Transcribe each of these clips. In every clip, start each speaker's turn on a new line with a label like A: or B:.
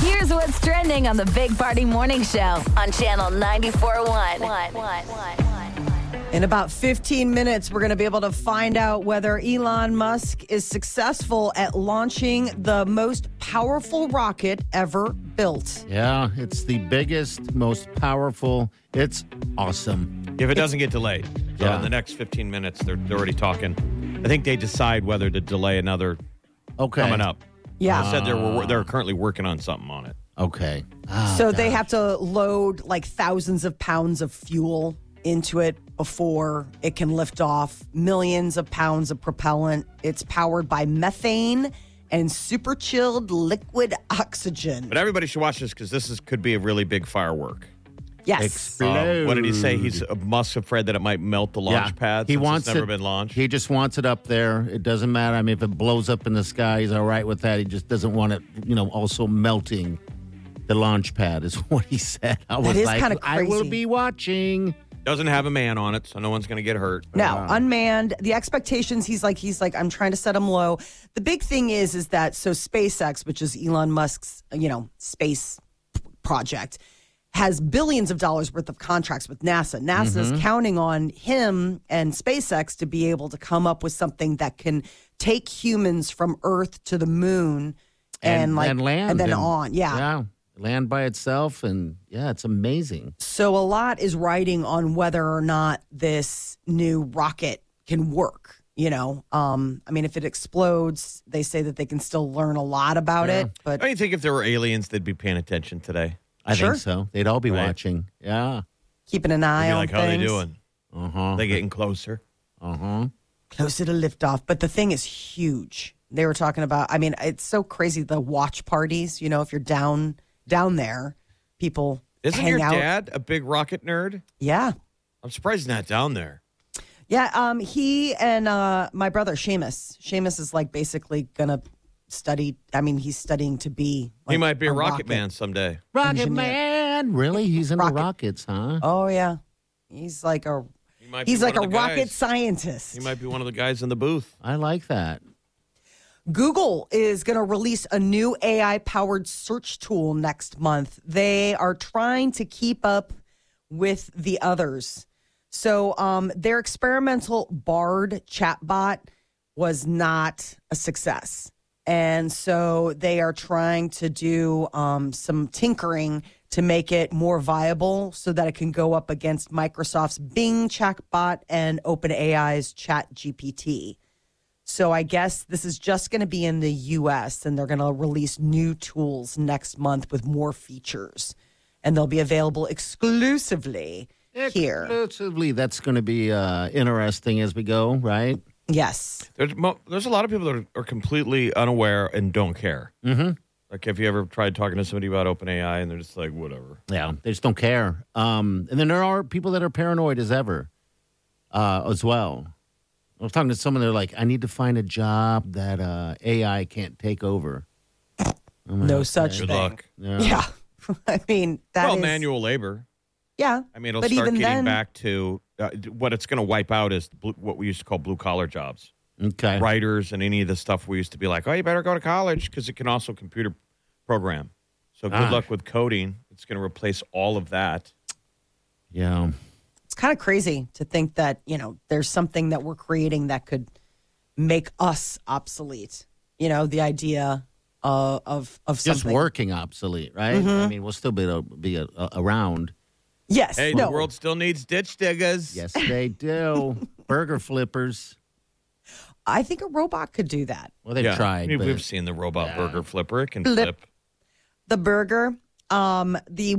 A: Here's what's trending on the Big Party Morning Show on Channel 94.1.
B: In about 15 minutes, we're going to be able to find out whether Elon Musk is successful at launching the most powerful rocket ever built.
C: Yeah, it's the biggest, most powerful. It's awesome.
D: If it doesn't get delayed, so
C: Yeah.
D: in the next 15 minutes, they're, they're already talking. I think they decide whether to delay another
C: Okay.
D: coming up.
B: Yeah.
D: They said they
C: Ah.
D: were they're currently working on something on it.
C: Okay.
D: Um,
B: so they have to load like thousands of pounds of fuel into it before it can lift off, millions of pounds of propellant. It's powered by methane and super chilled liquid oxygen.
D: But everybody should watch this because this is could be a really big firework.
B: Yes.
D: Um, what did he say? He's uh, must afraid that it might melt the launch pad.
C: He
D: since
C: wants
D: it's never
C: it-
D: been launched.
C: He just wants it up there. It doesn't matter. I mean, if it blows up in the sky, he's all right with that. He just doesn't want it, you know, also melting the launch pad, is what he said. I was
B: is
C: like,
B: kinda
C: I will
B: crazy.
C: be watching.
D: Doesn't have a man on it, so no one's going to get hurt.
B: No, unmanned. The expectations, he's like, he's like, I'm trying to set them low. The big thing is, is that so SpaceX, which is Elon Musk's, you know, space p- project, has billions of dollars worth of contracts with NASA. NASA is counting on him and SpaceX to be able to come up with something that can take humans from Earth to the moon and, like
C: land.
B: and then on.
C: Yeah. Land by itself. And yeah, it's amazing.
B: So a lot is riding on whether or not this new rocket can work. You know, um, I mean, if it explodes, they say that they can still learn a lot about it. But
D: Don't you think if there were aliens, they'd be paying attention today?
C: I
B: Sure.
C: think so. They'd all be
D: Right.
C: watching. Yeah.
B: keeping an eye
D: They'd be
B: on
D: like,
B: things
D: how they doing?
C: Uh huh.
D: They getting closer?
C: Uh huh.
B: closer to liftoff. But the thing is huge. They were talking about. I mean, it's so crazy the watch parties. You know, if you're down down there, people
D: Isn't
B: hang
D: your
B: out.
D: dad a big rocket nerd?
B: yeah,
D: I'm surprised he's not down there.
B: Yeah, um, he and uh, my brother Seamus. Seamus is like basically gonna study. I mean, he's studying to be.
D: he
B: like,
D: might be a, rocket, man someday.
C: Rocket
B: Engineer.
C: Man. Really? He's into
B: Rocket.
C: rockets, huh?
B: Oh yeah, he's like a
D: He might be
B: he's
D: one
B: like
D: of
B: a
D: the
B: rocket
D: guys.
B: scientist.
D: He might be one of the guys in the booth.
C: I like that.
B: Google is going to release a new AI powered search tool next month. They are trying to keep up with the others. So, um, their experimental Bard chatbot was not a success. And so they are trying to do um, some tinkering to make it more viable so that it can go up against Microsoft's Bing chatbot and OpenAI's ChatGPT. So I guess this is just going to be in the US and they're going to release new tools next month with more features. And they'll be available exclusively here.
C: Exclusively, that's going to be uh, interesting as we go, right?
B: Yes.
D: There's mo- there's a lot of people that are, are completely unaware and don't care. Mm-hmm. Like, have you ever tried talking to somebody about OpenAI and they're just like, whatever?
C: Yeah, they just don't care. Um, and then there are people that are paranoid as ever, uh, as well. I was talking to someone. They're like, "I need to find a job that uh, AI can't take over."
B: No such
D: Good
B: thing.
D: luck.
B: Yeah. I mean, that
D: well,
B: is-
D: manual labor.
B: Yeah.
D: I mean, it'll
B: But
D: start
B: even
D: getting
B: then-
D: back to uh, d- what it's going to wipe out is blue, what we used to call blue collar jobs,
C: Okay.
D: writers, and any of the stuff we used to be like, oh, you better go to college because it can also computer program. So good
C: Ah.
D: luck with coding. It's going to replace all of that.
C: Yeah.
B: It's kind of crazy to think that, you know, there's something that we're creating that could make us obsolete. You know, the idea uh, of of
C: Just
B: something.
C: working obsolete, right? I mean, we'll still be be uh, around.
B: Yes.
D: Hey,
B: no.
D: the world still needs ditch diggers.
C: Yes, they do. Burger flippers.
B: I think a robot could do that.
C: Well, they've
D: Yeah.
C: tried.
D: We-
C: but-
D: We've seen the robot burger flipper. It can
B: Flip.
D: flip.
B: the burger. Um, the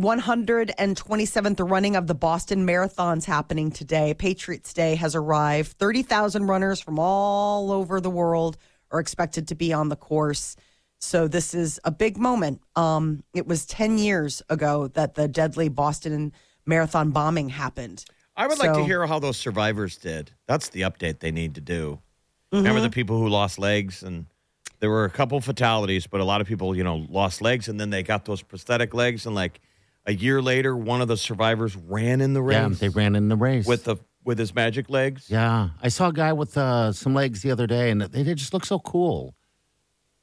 B: 127th running of the Boston Marathon's happening today. Patriots Day has arrived. 30,000 runners from all over the world are expected to be on the course. So this is a big moment. Um, it was 10 years ago that the deadly Boston Marathon bombing happened.
D: I would like to
B: So-
D: hear how those survivors did. That's the update they need to do.
B: Mm-hmm.
D: Remember the people who lost legs and there were a couple fatalities, but a lot of people, you know, lost legs and then they got those prosthetic legs and like a year later one of the survivors ran in the race
C: Yeah, they ran in the race.
D: with the with his magic legs.
C: yeah, I saw a guy with uh, some legs the other day, and they, they just look so cool,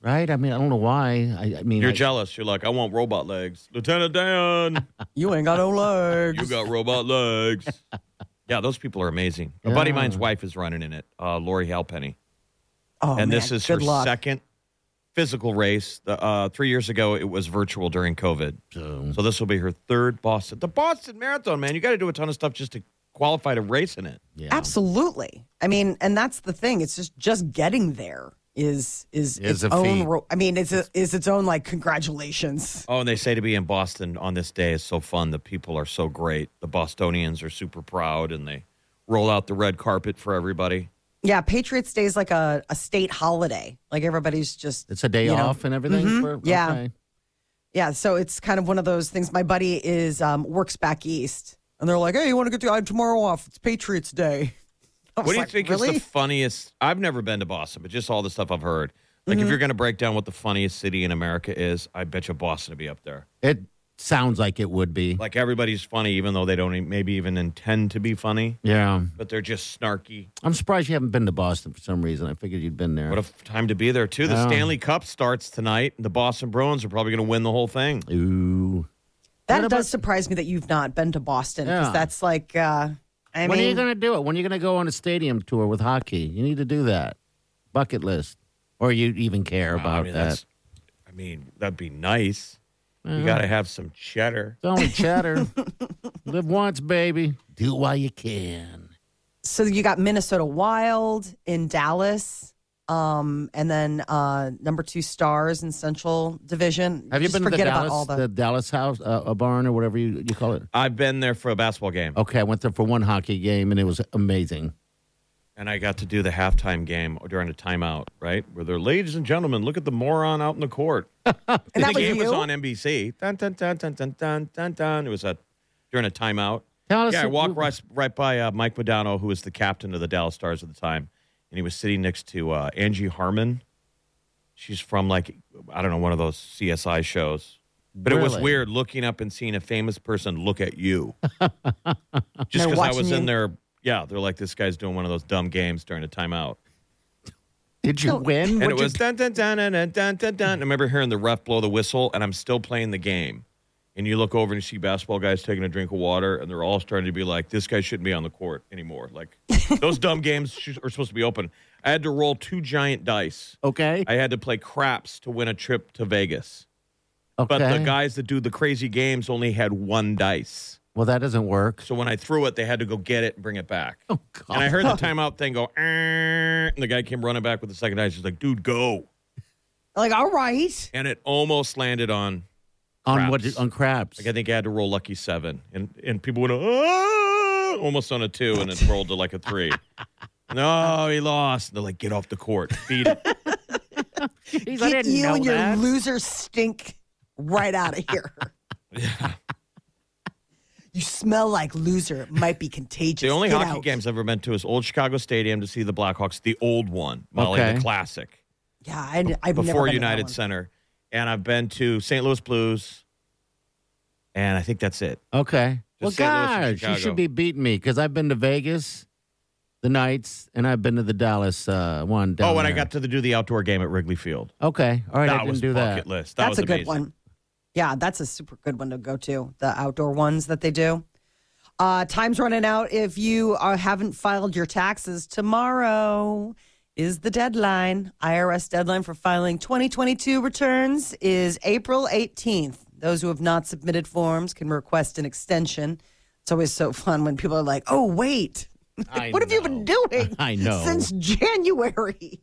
C: right? I mean, I don't know why. I, I mean,
D: You're
C: I-
D: jealous. You're like, I want robot legs. Lieutenant Dan,
B: You ain't got no legs.
D: you got robot legs. Yeah, those people are amazing. A buddy of mine's wife is running in it, uh, Lori Halpenny.
B: Oh,
D: and
B: man,
D: this is her
B: good luck.
D: second physical race. The, uh, three years ago, it was virtual during COVID.
B: Mm.
D: So this will be her third Boston. The Boston Marathon, man, you got to do a ton of stuff just to qualify to race in it.
C: yeah.
B: Absolutely. I mean, and that's the thing. It's just just getting there is is its
C: Is a
B: own.
C: feat.
B: ro- I mean, it's a, is its own like congratulations.
D: Oh, and they say to be in Boston on this day is so fun. The people are so great. The Bostonians are super proud, and they roll out the red carpet for everybody.
B: Yeah, Patriots Day is like a, a state holiday. Like everybody's just
C: It's a day
B: you know. Mm-hmm.
C: off and everything. for-
B: yeah.
C: okay.
B: Yeah, so it's kind of one of those things. My buddy is um, works back east, and they're like, "Hey, you want to get the, I have tomorrow off? It's Patriots Day." I was
D: What do you
B: like,
D: think
B: really?
D: is the funniest? I've never been to Boston, but just all the stuff I've heard. Like,
B: Mm-hmm.
D: if you're going to break down what the funniest city in America is, I bet you Boston would be up there.
C: It sounds like it would be.
D: like everybody's funny even though they don't e- maybe even intend to be funny
C: yeah.
D: but they're just snarky
C: I'm surprised you haven't been to Boston for some reason. I figured you'd been there.
D: what a f- time to be there too the
C: Yeah.
D: stanley cup starts tonight and the boston bruins are probably going to win the whole thing
C: Ooh.
B: that
C: What
B: does
C: about-
B: surprise me that you've not been to Boston because
C: Yeah.
B: that's like, uh, I
C: when are you
B: mean,
C: going to do it? When are you going to go on a stadium tour with hockey? You need to do that. Bucket list. Or you even care about
D: i mean
C: that.
D: i mean that'd be nice you got to have some cheddar
C: It's only chatter. Live once, baby. Do it while you can.
B: so you got Minnesota Wild in Dallas, um, and then uh, number two Stars in Central Division.
C: Have you
B: Just
C: been to the
B: forget about
C: Dallas,
B: all the,
C: the Dallas house, uh, a barn or whatever you, you call it?
D: i've been there for a basketball game
C: Okay, I went there for one hockey game and it was amazing.
D: and i got to do the halftime game during a timeout right where they're ladies and gentlemen look at the moron out in the court
B: and
D: the
B: that was
D: game
B: you.
D: was on nbc dun, dun, dun, dun, dun, dun, dun, dun. it was a during a timeout
C: Tell us
D: yeah, I
C: who-
D: walked right, right by uh, Mike Modano, who was the captain of the Dallas Stars at the time, and he was sitting next to uh, Angie Harmon. She's from like I don't know one of those CSI shows, but it was
C: Really?
D: weird looking up and seeing a famous person look at you. Just
B: They're
D: because I
B: watching
D: was
B: you.
D: in there, yeah, they're like this guy's doing one of those dumb games during a timeout,
C: Did you win?
D: and
C: What'd
D: it
C: you
D: was dun dun dun dun dun dun dun. dun. I remember hearing the ref blow the whistle, and I'm still playing the game. And you look over and you see basketball guys taking a drink of water, and they're all starting to be like, "This guy shouldn't be on the court anymore." Like those dumb games sh- are supposed to be open. I had to roll two giant dice.
C: Okay.
D: I had to play craps to win a trip to Vegas.
C: okay.
D: But the guys that do the crazy games only had one dice.
C: well, that doesn't work.
D: So when I threw it, they had to go get it and bring it back.
C: Oh, God.
D: And I heard the timeout thing go, "Err," and the guy came running back with the second dice. He's like, "Dude, go!"
B: Like, all right.
D: and it almost landed on.
C: on what?
D: craps.
C: On craps.
D: Like I think I had to roll lucky seven, and and people went oh, almost on a two, and it rolled to like a three. no, he lost. And they're like, get off the court, beat it.
C: Jeez, I
B: Get
C: didn't
B: you
C: know
B: and
C: that.
B: your loser stink right out of here. You smell like loser. It might be contagious.
D: The only
B: Get
D: hockey
B: out.
D: games I've ever been to is Old Chicago Stadium to see the Blackhawks, the old one, Molly,
C: Okay.
D: the classic,
B: Yeah, I, I've never been
D: before
B: to that
D: United
B: one.
D: Center, and I've been to St. Louis Blues, and I think that's it.
C: Okay. Well,
D: St. Louis and
C: gosh, you
D: Chicago.
C: should be beating me because I've been to Vegas, the Knights, and I've been to the Dallas uh, one. Down
D: oh, and I
C: there.
D: got to do the outdoor game at Wrigley Field.
C: Okay. All right. I
D: that
C: didn't
D: was
C: do
D: bucket
C: that.
D: list. That
B: That's
D: was
B: a good
D: amazing.
B: one. Yeah, that's a super good one to go to. The outdoor ones that they do. Uh, time's running out. If you are, haven't filed your taxes tomorrow, is the deadline. IRS deadline for filing 2022 returns is April 18th. Those who have not submitted forms can request an extension. It's always so fun when people are like, "Oh, wait,
C: I
B: what have you been
C: know.
B: doing?
C: I know.
B: Since January,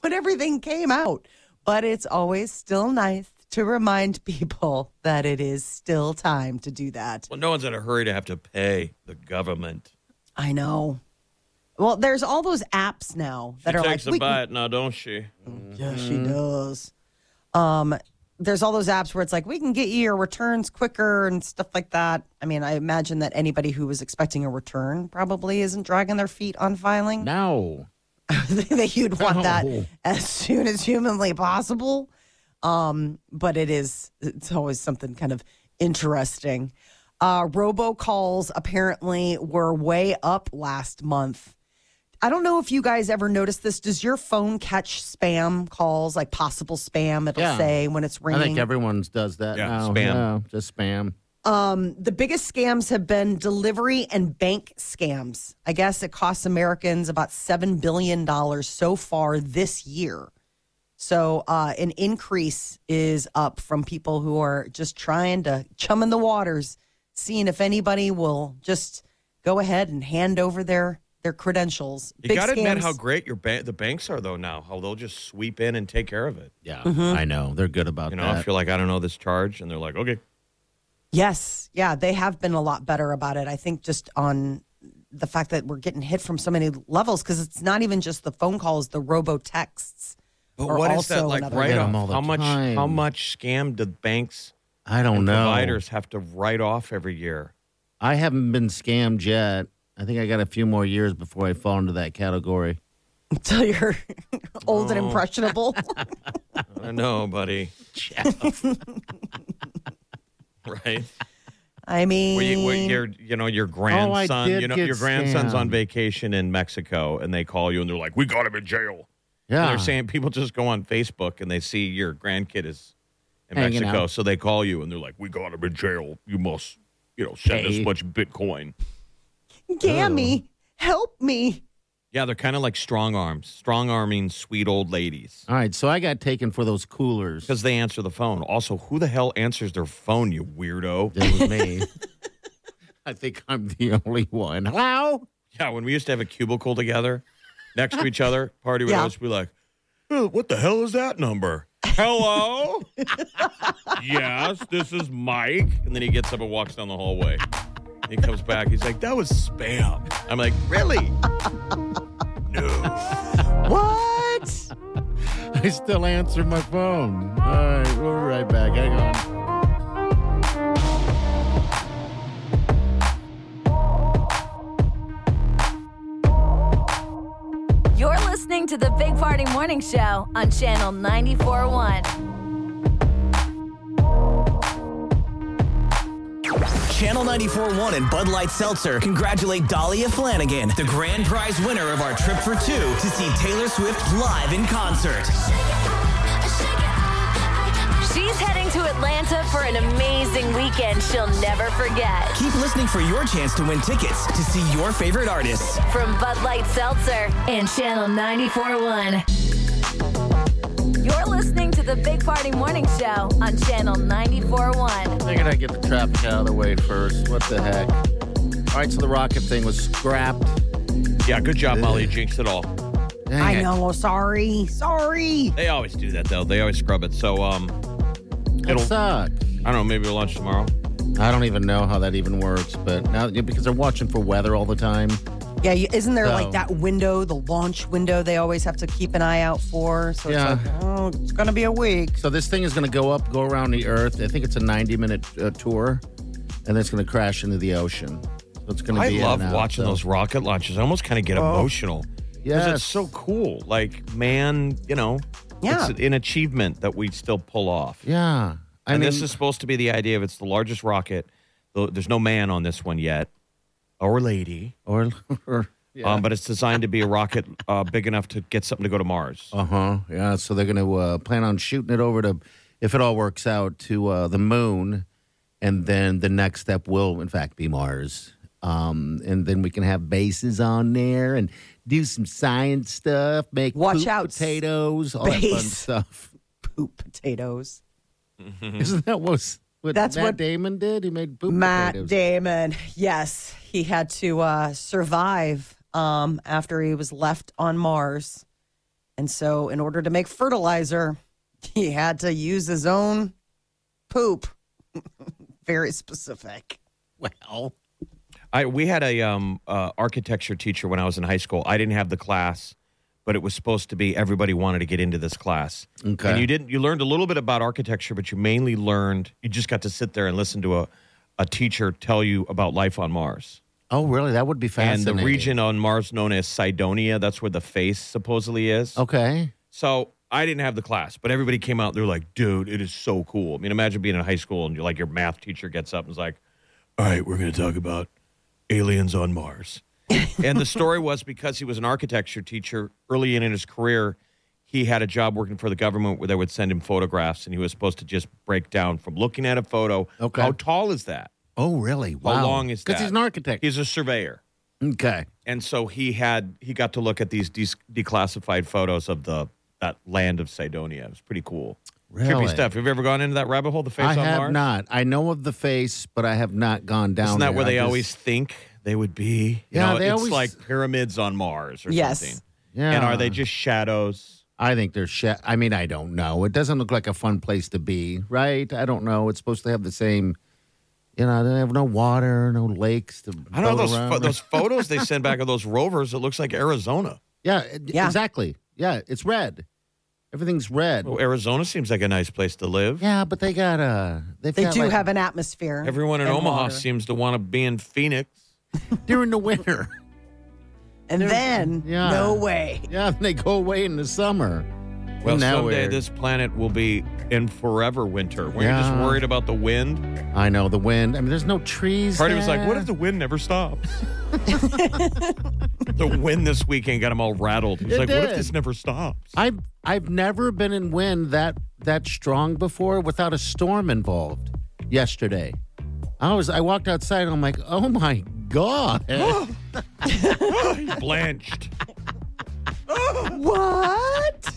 B: when everything came out. But it's always still nice to remind people that it is still time to do that.
D: Well, no one's in a hurry to have to pay the government.
B: I know. Well, there's all those apps now that
D: she
B: are
D: takes
B: like,
D: a
B: we can-
D: bite Mm-hmm. now, don't she?
B: yeah, she does. Um, there's all those apps where it's like we can get you your returns quicker and stuff like that. I mean, I imagine that anybody who was expecting a return probably isn't dragging their feet on filing.
C: No.
B: that you'd want that
C: No.
B: as soon as humanly possible. Um, but it is it's always something kind of interesting. Uh, robocalls apparently were way up last month. I don't know if you guys ever noticed this. Does your phone catch spam calls, like possible spam? It'll
C: Yeah.
B: say when it's
C: I
B: ringing.
C: think everyone does that
D: Yeah,
C: now.
D: spam.
C: Yeah, just spam.
B: um, the biggest scams have been delivery and bank scams. I guess it costs Americans about $7 billion so far this year. So uh, an increase is up from people who are just trying to chum in the waters, seeing if anybody will just go ahead and hand over their their credentials.
D: You
B: Big
D: got to admit
B: scams.
D: how great your ba- the banks are though now. How they'll just sweep in and take care of it.
C: Yeah,
B: Mm-hmm.
C: I know. They're good about
D: You know,
C: that.
D: if you're like, I don't know this charge, and they're like, okay,
B: Yes. Yeah. They have been a lot better about it. I think just on the fact that we're getting hit from so many levels because it's not even just the phone calls, the robo texts.
D: but
B: are
D: what is
B: also
D: that like?
B: another-
D: Right
C: Get
D: off?
C: 'em all the
D: How much?
C: time.
D: How much scam do banks
C: I don't
D: and
C: know.
D: providers have to write off every year?
C: I haven't been scammed yet. I think I got a few more years before I fall into that category.
B: until you're old and impressionable.
D: I know, buddy. right?
B: I mean,
D: Well, you, well, your, you know, your
C: Oh, I
D: grandson,
C: did
D: you know,
C: get
D: your grandson's on
C: scammed.
D: vacation in Mexico, and they call you, and they're like, "We got him in jail." And
C: Yeah,
D: they're saying people just go on Facebook and they see your grandkid is in
C: Hanging
D: Mexico,
C: out.
D: so they call you, and they're like, "We got him in jail. You must, you know, send
C: Pay.
D: us much Bitcoin."
B: Gammy, help me.
D: Yeah, they're kind of like strong arms, strong arming sweet old ladies.
C: All right, so I got taken for those coolers. It
D: Because they answer the phone. Also, who the hell answers their phone, you weirdo?
C: was me. I think I'm the only one. Hello?
D: Yeah, when we used to have a cubicle together next to each other, party would
B: Yeah.
D: always be like, "Uh, What the hell is that number? Hello? yes, this is Mike. And then he gets up and walks down the hallway. He comes back. He's like, That was spam. I'm like, Really? no.
B: What?
C: I still answer my phone. All right, we'll be right back. Hang on.
A: You're listening to the Big Party Morning Show on Channel 94.1.
E: Channel 94.1 and Bud Light Seltzer congratulate Dahlia Flanagan, the grand prize winner of our trip for two to see Taylor Swift live in concert.
A: She's heading to Atlanta for an amazing weekend she'll never forget.
E: Keep listening for your chance to win tickets to see your favorite artists.
A: From Bud Light Seltzer and Channel 94.1. You're listening to the Big Party Morning Show on Channel 94.1.
C: Figured I'd get the traffic out of the way first. What the heck? All right, so the rocket thing was scrapped.
D: Yeah, good job, Molly. You jinxed it all.
C: Dang
B: I
C: it.
B: know. Sorry. Sorry.
D: They always do that, though. They always scrub it. So, um,
C: It
D: it'll, I
C: sucks.
D: don't know, maybe we'll launch tomorrow.
C: I don't even know how that even works, but now because they're watching for weather all the time.
B: Yeah. you- Isn't there like
C: So-
B: that window, the launch window they always have to keep an eye out for? So
C: Yeah.
B: it's like, oh, it's going to be a week.
C: So this thing is going to go up, go around the Earth. I think it's a 90-minute uh, tour, and then it's going to crash into the ocean. So it's going to
D: I
C: be. in
D: love
C: and out,
D: watching
C: so-
D: those rocket launches. I almost kind of get emotional. Because
C: Yes.
D: it's so cool. Like, man, you know,
B: Yeah.
D: it's an achievement that we still pull off.
C: Yeah, I
D: and
C: mean,
D: this is supposed to be the idea of it's the largest rocket. Though There's no man on this one yet or lady.
C: or, or yeah.
D: Um, but it's designed to be a rocket uh, big enough to get something to go to Mars.
C: uh huh, yeah. So they're going to uh, plan on shooting it over to, if it all works out, to uh, the moon, and then the next step will, in fact, be Mars. Um, and then we can have bases on there and do some science stuff. Make
B: Watch
C: poop
B: out,
C: potatoes, all that fun
B: space.
C: stuff.
B: Poop potatoes.
D: Hmm.
C: Isn't that what, what
B: That's
C: Matt
B: what-
C: Damon did? He made poop
B: Matt
C: potatoes.
B: Damon. Yes, he had to uh, survive um, after he was left on Mars. And so, in order to make fertilizer, he had to use his own poop. Very specific.
C: well,
D: I we had a um uh, architecture teacher when I was in high school. I didn't have the class, but it was supposed to be everybody wanted to get into this class.
C: Okay.
D: And you didn't you learned a little bit about architecture, but you mainly learned you just got to sit there and listen to a, a teacher tell you about life on Mars.
C: Oh, really? That would be
D: And
C: fascinating.
D: the region on Mars known as Cydonia, that's where the face supposedly is.
C: Okay.
D: So I didn't have the class, but everybody came out. They're like, dude, it is so cool. I mean, imagine being in high school and you're like, your math teacher gets up and is like, all right, we're going to talk about aliens on Mars. and the story was because he was an architecture teacher early in, in his career, he had a job working for the government where they would send him photographs and he was supposed to just break down from looking at a photo.
C: Okay.
D: How tall is that?
C: Oh, really? Wow.
D: How long is that?
C: Because he's an architect.
D: He's a surveyor
C: okay.
D: and so he had he got to look at these de- declassified photos of the that land of Cydonia. It was pretty cool.
C: Really?
D: Trippy stuff. Have you ever gone into that rabbit hole? The face
C: I
D: on
C: have
D: Mars.
C: not. I know of the face, but I have not gone down.
D: Isn't that where
C: there.
D: they
C: I just-
D: always think they would be? You
C: Yeah,
D: know,
C: they
D: it's
C: always-
D: like pyramids on Mars or
B: Yes.
D: something.
C: Yeah.
D: And are they just shadows?
C: I think they're shit. I mean, I don't know. It doesn't look like a fun place to be, right? I don't know. It's supposed to have the same. You know, they have no water, no lakes to.
D: I
C: boat
D: don't know those
C: around.
D: pho- those photos they send back of those rovers. It looks like Arizona.
C: Yeah, it-
B: Yeah.
C: exactly. Yeah, it's red. Everything's red.
D: Well, Arizona seems like a nice place to live.
C: yeah, but they got uh they've
B: They
C: got,
B: do
C: like,
B: have an atmosphere.
D: Everyone in
B: and
D: Omaha
B: water.
D: seems to want to be in Phoenix.
C: during the winter.
B: And then,
C: Yeah.
B: no way.
C: yeah, and they go away in the summer.
D: Well,
C: now
D: someday
C: we're-
D: this planet will be in forever winter. When you're
C: Yeah.
D: just worried about the wind.
C: I know the wind. I mean, there's no trees.
D: Party was like, "What
C: there.
D: if the wind never stops?" the wind this weekend got him all rattled. He's
C: It
D: like, "What if
C: did.
D: this never stops?"
C: I've I've never been in wind that that strong before without a storm involved. Yesterday, I was I walked outside and I'm like, oh my god,
D: He blanched.
B: What?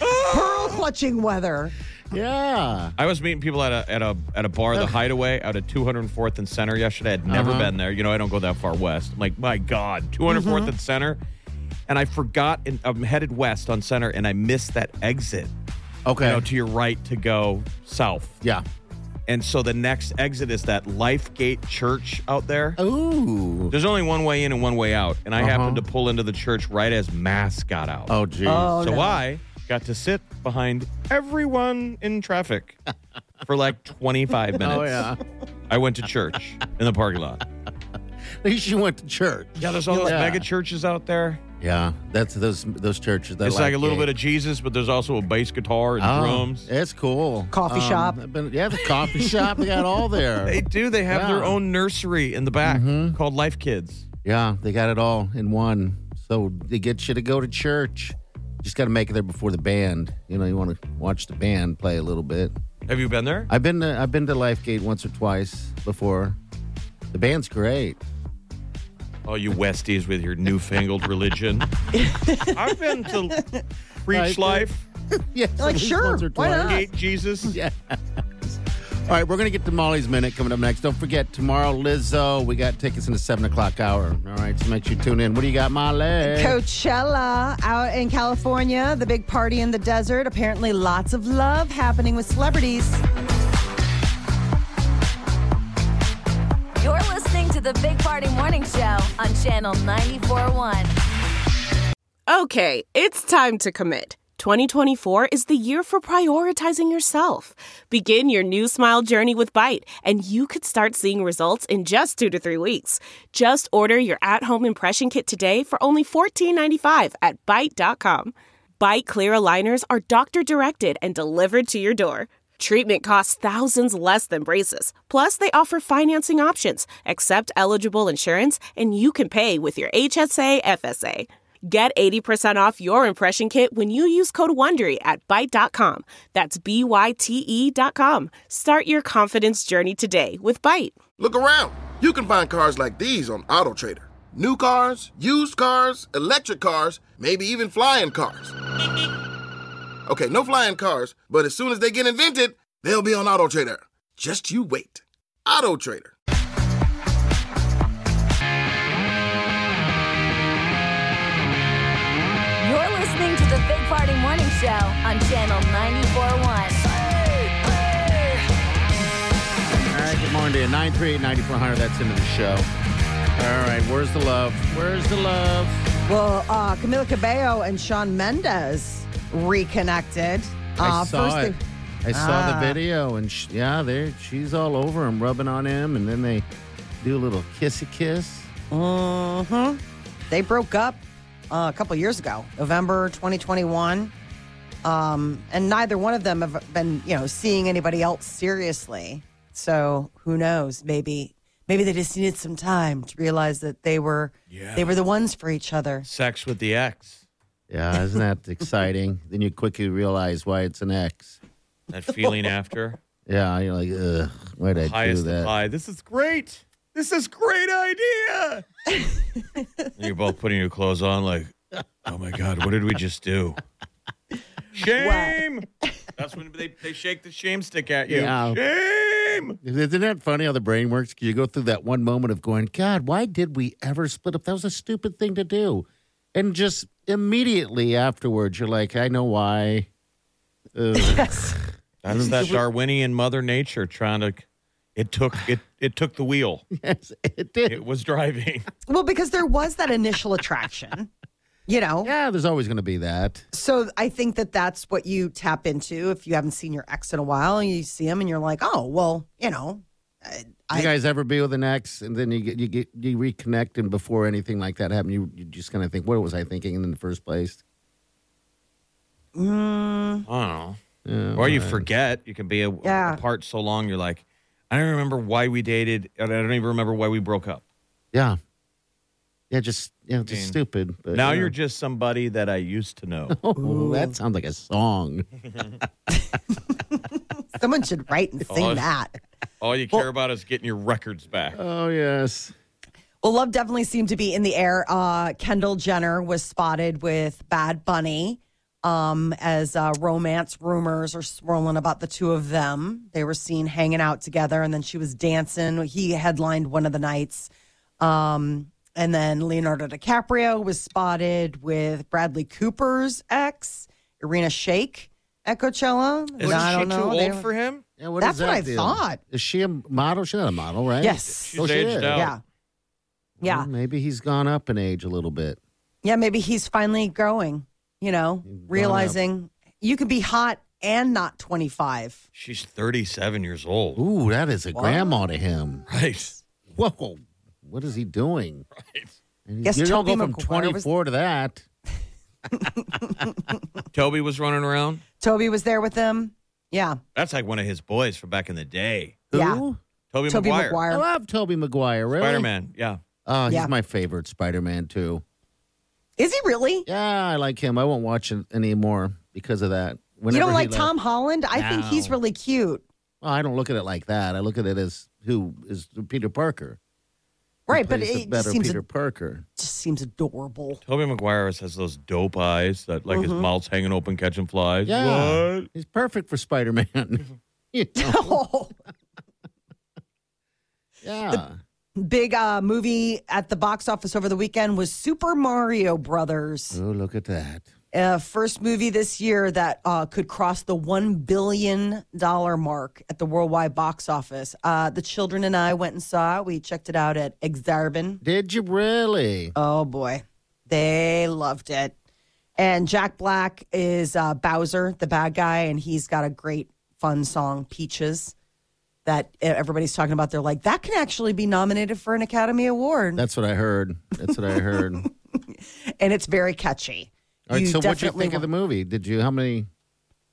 B: Pearl clutching weather.
C: yeah.
D: I was meeting people at a at a at a bar, the Hideaway, out of 204th and Center yesterday. I'd never
C: Uh-huh.
D: been there. You know, I don't go that far west. I'm like, my God, 204th
C: Mm-hmm.
D: and Center, and I forgot. And I'm headed west on Center, and I missed that exit.
C: Okay.
D: You know, to your right to go south.
C: yeah.
D: And so the next exit is that Lifegate Church out there.
C: Ooh.
D: There's only one way in and one way out. And I happened to pull into the church right as mass got out.
C: Uh-huh. Oh geez.
B: Oh,
D: so
B: no.
D: I got to sit behind everyone in traffic for like 25 minutes.
C: oh yeah.
D: I went to church in the parking lot.
C: At least you went to church.
D: Yeah, there's all those
C: Yeah.
D: mega churches out there.
C: Yeah, that's those those churches. That
D: It's like a little bit of Jesus, but there's also a bass guitar and
C: Oh,
D: drums.
C: It's cool. Um,
B: Coffee shop.
C: I've been- yeah, the coffee shop. They got all
D: They
C: there.
D: do. They have their
C: Yeah. Mm-hmm.
D: own nursery in the back called Life Kids.
C: Yeah, they got it all in one. So they get you to go to church. Just got to make it there before the band. You know, you want to watch the band play a little bit.
D: Have you been there?
C: I've been to, I've been to Lifegate once or twice before. The band's great.
D: Oh, you Westies with your newfangled religion. I've been to Preach
C: Right.
D: Life,
C: Yeah, at
B: Like,
C: least
B: sure,
C: once or
B: why
C: twice.
B: not?
D: Gate Jesus.
C: All right, we're going to get to Molly's Minute coming up next. Don't forget, tomorrow, Lizzo, we got tickets in the 7 o'clock hour. All right, so make sure you tune in. What do you got, Molly?
B: Coachella out in California, the big party in the desert. Apparently, lots of love happening with celebrities.
A: You're listening to the Big Party Morning Show on Channel 941.
F: Okay, it's time to commit. 2024 is the year for prioritizing yourself. Begin your new smile journey with Bite, and you could start seeing results in just two to three weeks. Just order your at home impression kit today for only $14.95 at Bite.com. Bite Clear Aligners are doctor directed and delivered to your door. Treatment costs thousands less than braces. Plus, they offer financing options, accept eligible insurance, and you can pay with your HSA FSA. Get 80% off your impression kit when you use code WONDERY at Byte.com. That's B-Y-T-E E dot com. Start your confidence journey today with Byte.
G: Look around. You can find cars like these on AutoTrader. New cars, used cars, electric cars, maybe even flying cars. Okay, no flying cars, but as soon as they get invented, they'll be on AutoTrader. Just you wait. AutoTrader.
A: You're listening to the Big Party Morning Show on Channel 941.
C: All right, good morning to you. 938 9400, that's into the show. All right, where's the love? Where's the love?
B: Well, uh, Camila Cabello and Sean Mendez reconnected.
C: I
D: Ah,
B: Uh,
C: saw
B: first
C: it. I saw the video, and sh yeah, there she's all over him, rubbing on him, and then they do a little kissy kiss.
B: hmm They broke up uh, a couple years ago, November 2021. Um, and neither one of them have been, you know, seeing anybody else seriously. So who knows? Maybe, maybe they just needed some time to realize that they were, they were the ones for each other.
D: Sex with the ex.
C: Yeah, isn't that exciting? Then you quickly realize why it's an ex.
D: That feeling after.
C: Yeah, you're like, ugh, why did I do
D: highest of
C: that?
D: high. This is great. This is great idea. And you're both putting your clothes on, like, oh my god, what did we just do? Shame. That's when they, they shake the shame stick at you.
C: Yeah.
D: Shame.
C: Isn't that funny how the brain works? You go through that one moment of going, God, why did we ever split up? That was a stupid thing to do. And just immediately afterwards, you're like, I know why. Ugh.
B: Yes.
D: That's that Darwinian Mother Nature trying to. It took it. It took the wheel.
C: yes, it did.
D: It was driving.
B: Well, because there was that initial attraction, you know.
C: yeah, there's always going to be that.
B: So I think that that's what you tap into if you haven't seen your ex in a while and you see him and you're like, oh, well, you know, I,
C: you
B: I,
C: guys ever be with an ex, and then you get you get you reconnect, and before anything like that happened, you you just kind of think, what was I thinking in the first place?
D: I don't know.
C: Yeah,
D: or you forget. You can be a,
B: Yeah.
D: apart so long. You're like, I don't remember why we dated, and I don't even remember why we broke up.
C: yeah, yeah, just yeah, just
D: mean,
C: stupid. But,
D: Now
C: yeah.
D: you're just somebody that I used to know.
C: Oh, that sounds like a song.
B: someone should write and sing
D: Oh,
B: that.
D: All you care about is getting your records back.
C: Oh yes.
B: Well, love definitely seemed to be in the air. Uh, Kendall Jenner was spotted with Bad Bunny um, as uh, romance rumors are swirling about the two of them. They were seen hanging out together, and then she was dancing. He headlined one of the nights. Um, and then Leonardo DiCaprio was spotted with Bradley Cooper's ex, Irina Shayk, at Coachella.
D: Isn't
B: I
D: she
B: don't know.
D: too
B: They-
D: old for him?
C: Yeah, what
B: That's
C: is that
B: what I
C: deal?
B: thought.
C: Is she a model? She's not a model, right?
B: Yes.
D: She's
C: she
D: aged
C: is.
D: out.
B: Yeah. Yeah.
C: Well, maybe he's gone up in age a little bit.
B: Yeah, maybe he's finally growing, you know, realizing you could be hot and not 25.
D: She's 37 years old.
C: Ooh, that is a grandma to him.
D: Right.
C: Whoa, what is he doing?
D: Right.
C: And
B: Guess
C: you don't go
B: Tobey
C: from
B: Maguire was-
C: 24 to that.
D: Toby was running around.
B: Toby was there with him. Yeah.
D: That's like one of his boys from back in the day.
B: Yeah.
C: Who?
D: Toby,
B: Toby
C: I
D: Maguire.
B: Maguire.
C: love Toby Maguire. Really?
D: Spider Man. Yeah.
C: Oh, he's
B: Yeah.
C: my favorite Spider-Man too.
B: Is he really?
C: Yeah, I like him. I won't watch it anymore because of that. Whenever
B: you don't
C: he
B: like
C: left-
B: Tom Holland? I think he's
C: No.
B: really cute.
C: Well, I don't look at it like that. I look at it as who is Peter Parker. He
B: Right, but
C: plays the
B: it just
C: better
B: seems
C: Peter Parker.
B: just seems adorable.
D: Toby Maguire has those dope eyes that, like, his mouth's hanging open, catching flies.
C: Yeah,
D: What?
C: he's perfect for Spider-Man. You know?
B: Oh,
C: yeah,
B: big uh, movie at the box office over the weekend was Super Mario Brothers.
C: oh look at that.
B: uh, first movie this year that uh, could cross the one billion dollar mark at the worldwide box office. Uh, the children and I went and saw. it. We checked it out at Exarban.
C: Did you really?
B: Oh boy, they loved it. And Jack Black is uh, Bowser, the bad guy, and he's got a great fun song, Peaches. That e-, everybody's talking about, they're like that can actually be nominated for an Academy Award,
C: That's what I heard. That's what I heard. All
B: and it's very catchy.
C: right. so, what you
B: definitely
C: think of
B: wa-
C: the movie? Did you? How many?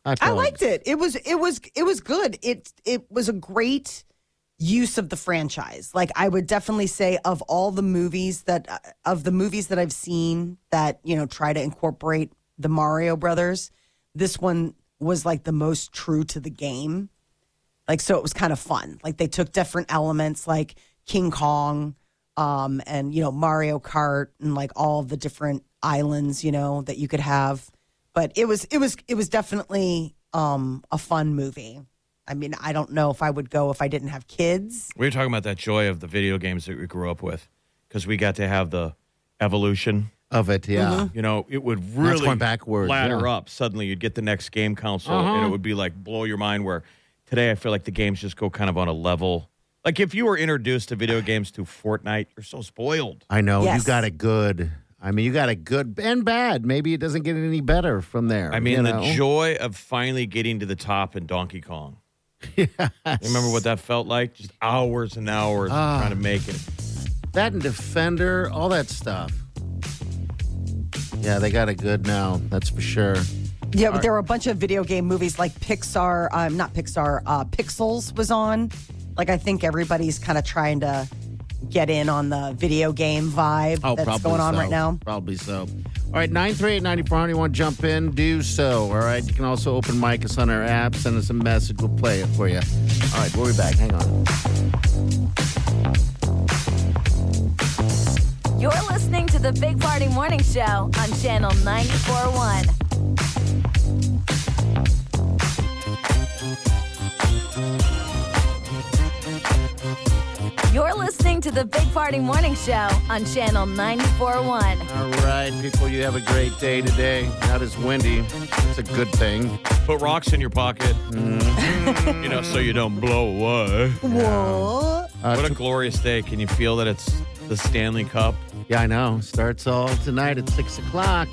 C: hot
B: I
C: dogs?
B: liked it. It was it was it was good. It it was a great use of the franchise. Like I would definitely say of all the movies that uh, of the movies that I've seen that, you know, try to incorporate the Mario brothers, this one was like the most true to the game. Like so it was kind of fun. Like they took different elements like King Kong um and you know Mario Kart and like all the different islands, you know, that you could have. But it was it was it was definitely um a fun movie. I mean, I don't know if I would go if I didn't have kids.
D: We were talking about that joy of the video games that we grew up with because we got to have the evolution.
C: of it. Yeah.
B: Mm-hmm.
D: You know, it would really
C: going backwards,
D: ladder
C: yeah.
D: up. Suddenly, you'd get the next game console, and it would be like blow your mind. Where today, I feel like the games just go kind of on a level. Like if you were introduced to video games through Fortnite, you're so spoiled.
C: I know
B: Yes.
C: you got it good. I mean, you got a good and bad. Maybe it doesn't get any better from there.
D: I mean,
C: you
D: the
C: know?
D: joy of finally getting to the top in Donkey Kong. Remember what that felt like? Just hours and hours of trying to
C: Ah.
D: make it.
C: that and Defender, all that stuff. Yeah, they got it good now. That's for sure.
B: Yeah, but there were a bunch of video game movies like Pixar, um, not Pixar, uh, Pixels was on. Like, I think everybody's kind of trying to get in on the video game vibe
C: Oh,
B: that's
C: probably
B: going on
C: so.
B: right now.
C: Probably so. All right, 938 9400. Want to jump in? Do so. All right. You can also open mic us on our app. Send us a message. We'll play it for you. All right, we'll be back. Hang on.
A: You're listening to the Big Party Morning Show on Channel 94.1. You're listening to the Big Party Morning Show on Channel 94.1.
C: All right, people, you have a great day today. Not as windy. It's a good thing.
D: Put rocks in your pocket,
C: Mm-hmm.
D: you know, so you don't blow away.
B: Whoa.
C: Uh,
D: What a glorious day. Can you feel that it's the Stanley Cup?
C: Yeah, I know. Starts all tonight at 6 o'clock.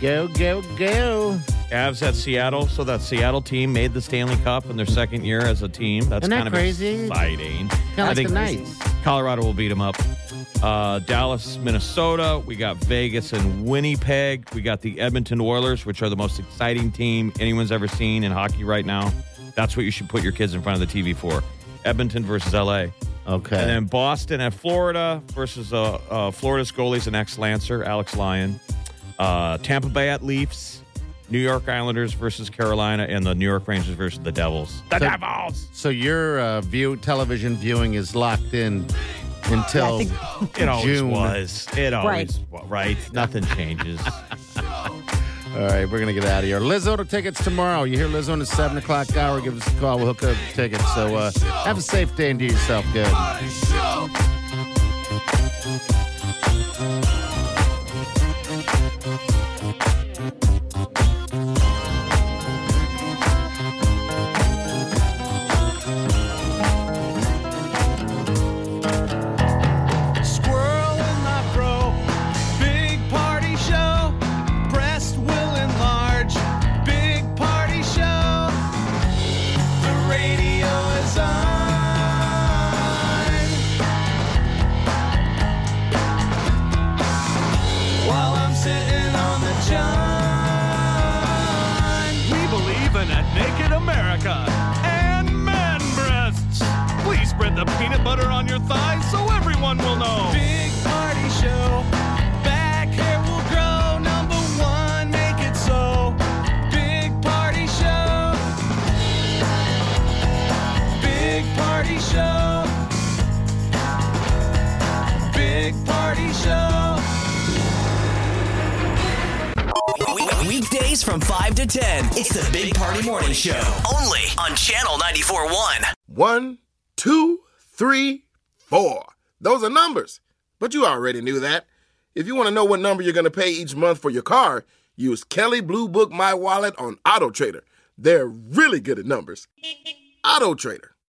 C: Go, go, go.
D: Avs at Seattle. So that Seattle team made the Stanley Cup in their second year as a team. That's
C: Isn't that
D: kind of
C: crazy?
D: exciting.
C: Kinda
D: I
C: like
D: think
C: the Knights.
D: Colorado will beat them up. Uh, Dallas, Minnesota. We got Vegas and Winnipeg. We got the Edmonton Oilers, which are the most exciting team anyone's ever seen in hockey right now. That's what you should put your kids in front of the TV for. Edmonton versus LA.
C: Okay.
D: And then Boston at Florida versus uh, uh, Florida's goalie's an ex-Lancer, Alex Lyon. Uh, Tampa Bay at Leafs. New York Islanders versus Carolina, and the New York Rangers versus the Devils. The Devils.
C: so your uh, view television viewing is locked in until
D: It always
C: June.
D: was. It always right. right. Nothing changes.
C: All right, we're gonna get out of here. Lizzo to tickets tomorrow. You hear Lizzo in the seven o'clock hour? Give us a call. We'll hook up tickets. So uh, have a safe day and do yourself good.
H: Squirrel in my pro. Big party show. Breast will enlarge. Big party show. The radio is on. While I'm sitting on the john. We believe in a naked America and man breasts. Please spread the peanut butter on your thighs so everyone will know. Big party show. Back hair will grow. Number one, make it so. Big party show. Big party show. Big party show.
E: Weekdays from 5 to 10. It's the Big Party Morning Show. Only on Channel 94.1.
G: One, two, three, four. Those are numbers. But you already knew that. If you want to know what number you're going to pay each month for your car, use Kelly Blue Book My Wallet on Auto Trader. They're really good at numbers. Auto Trader.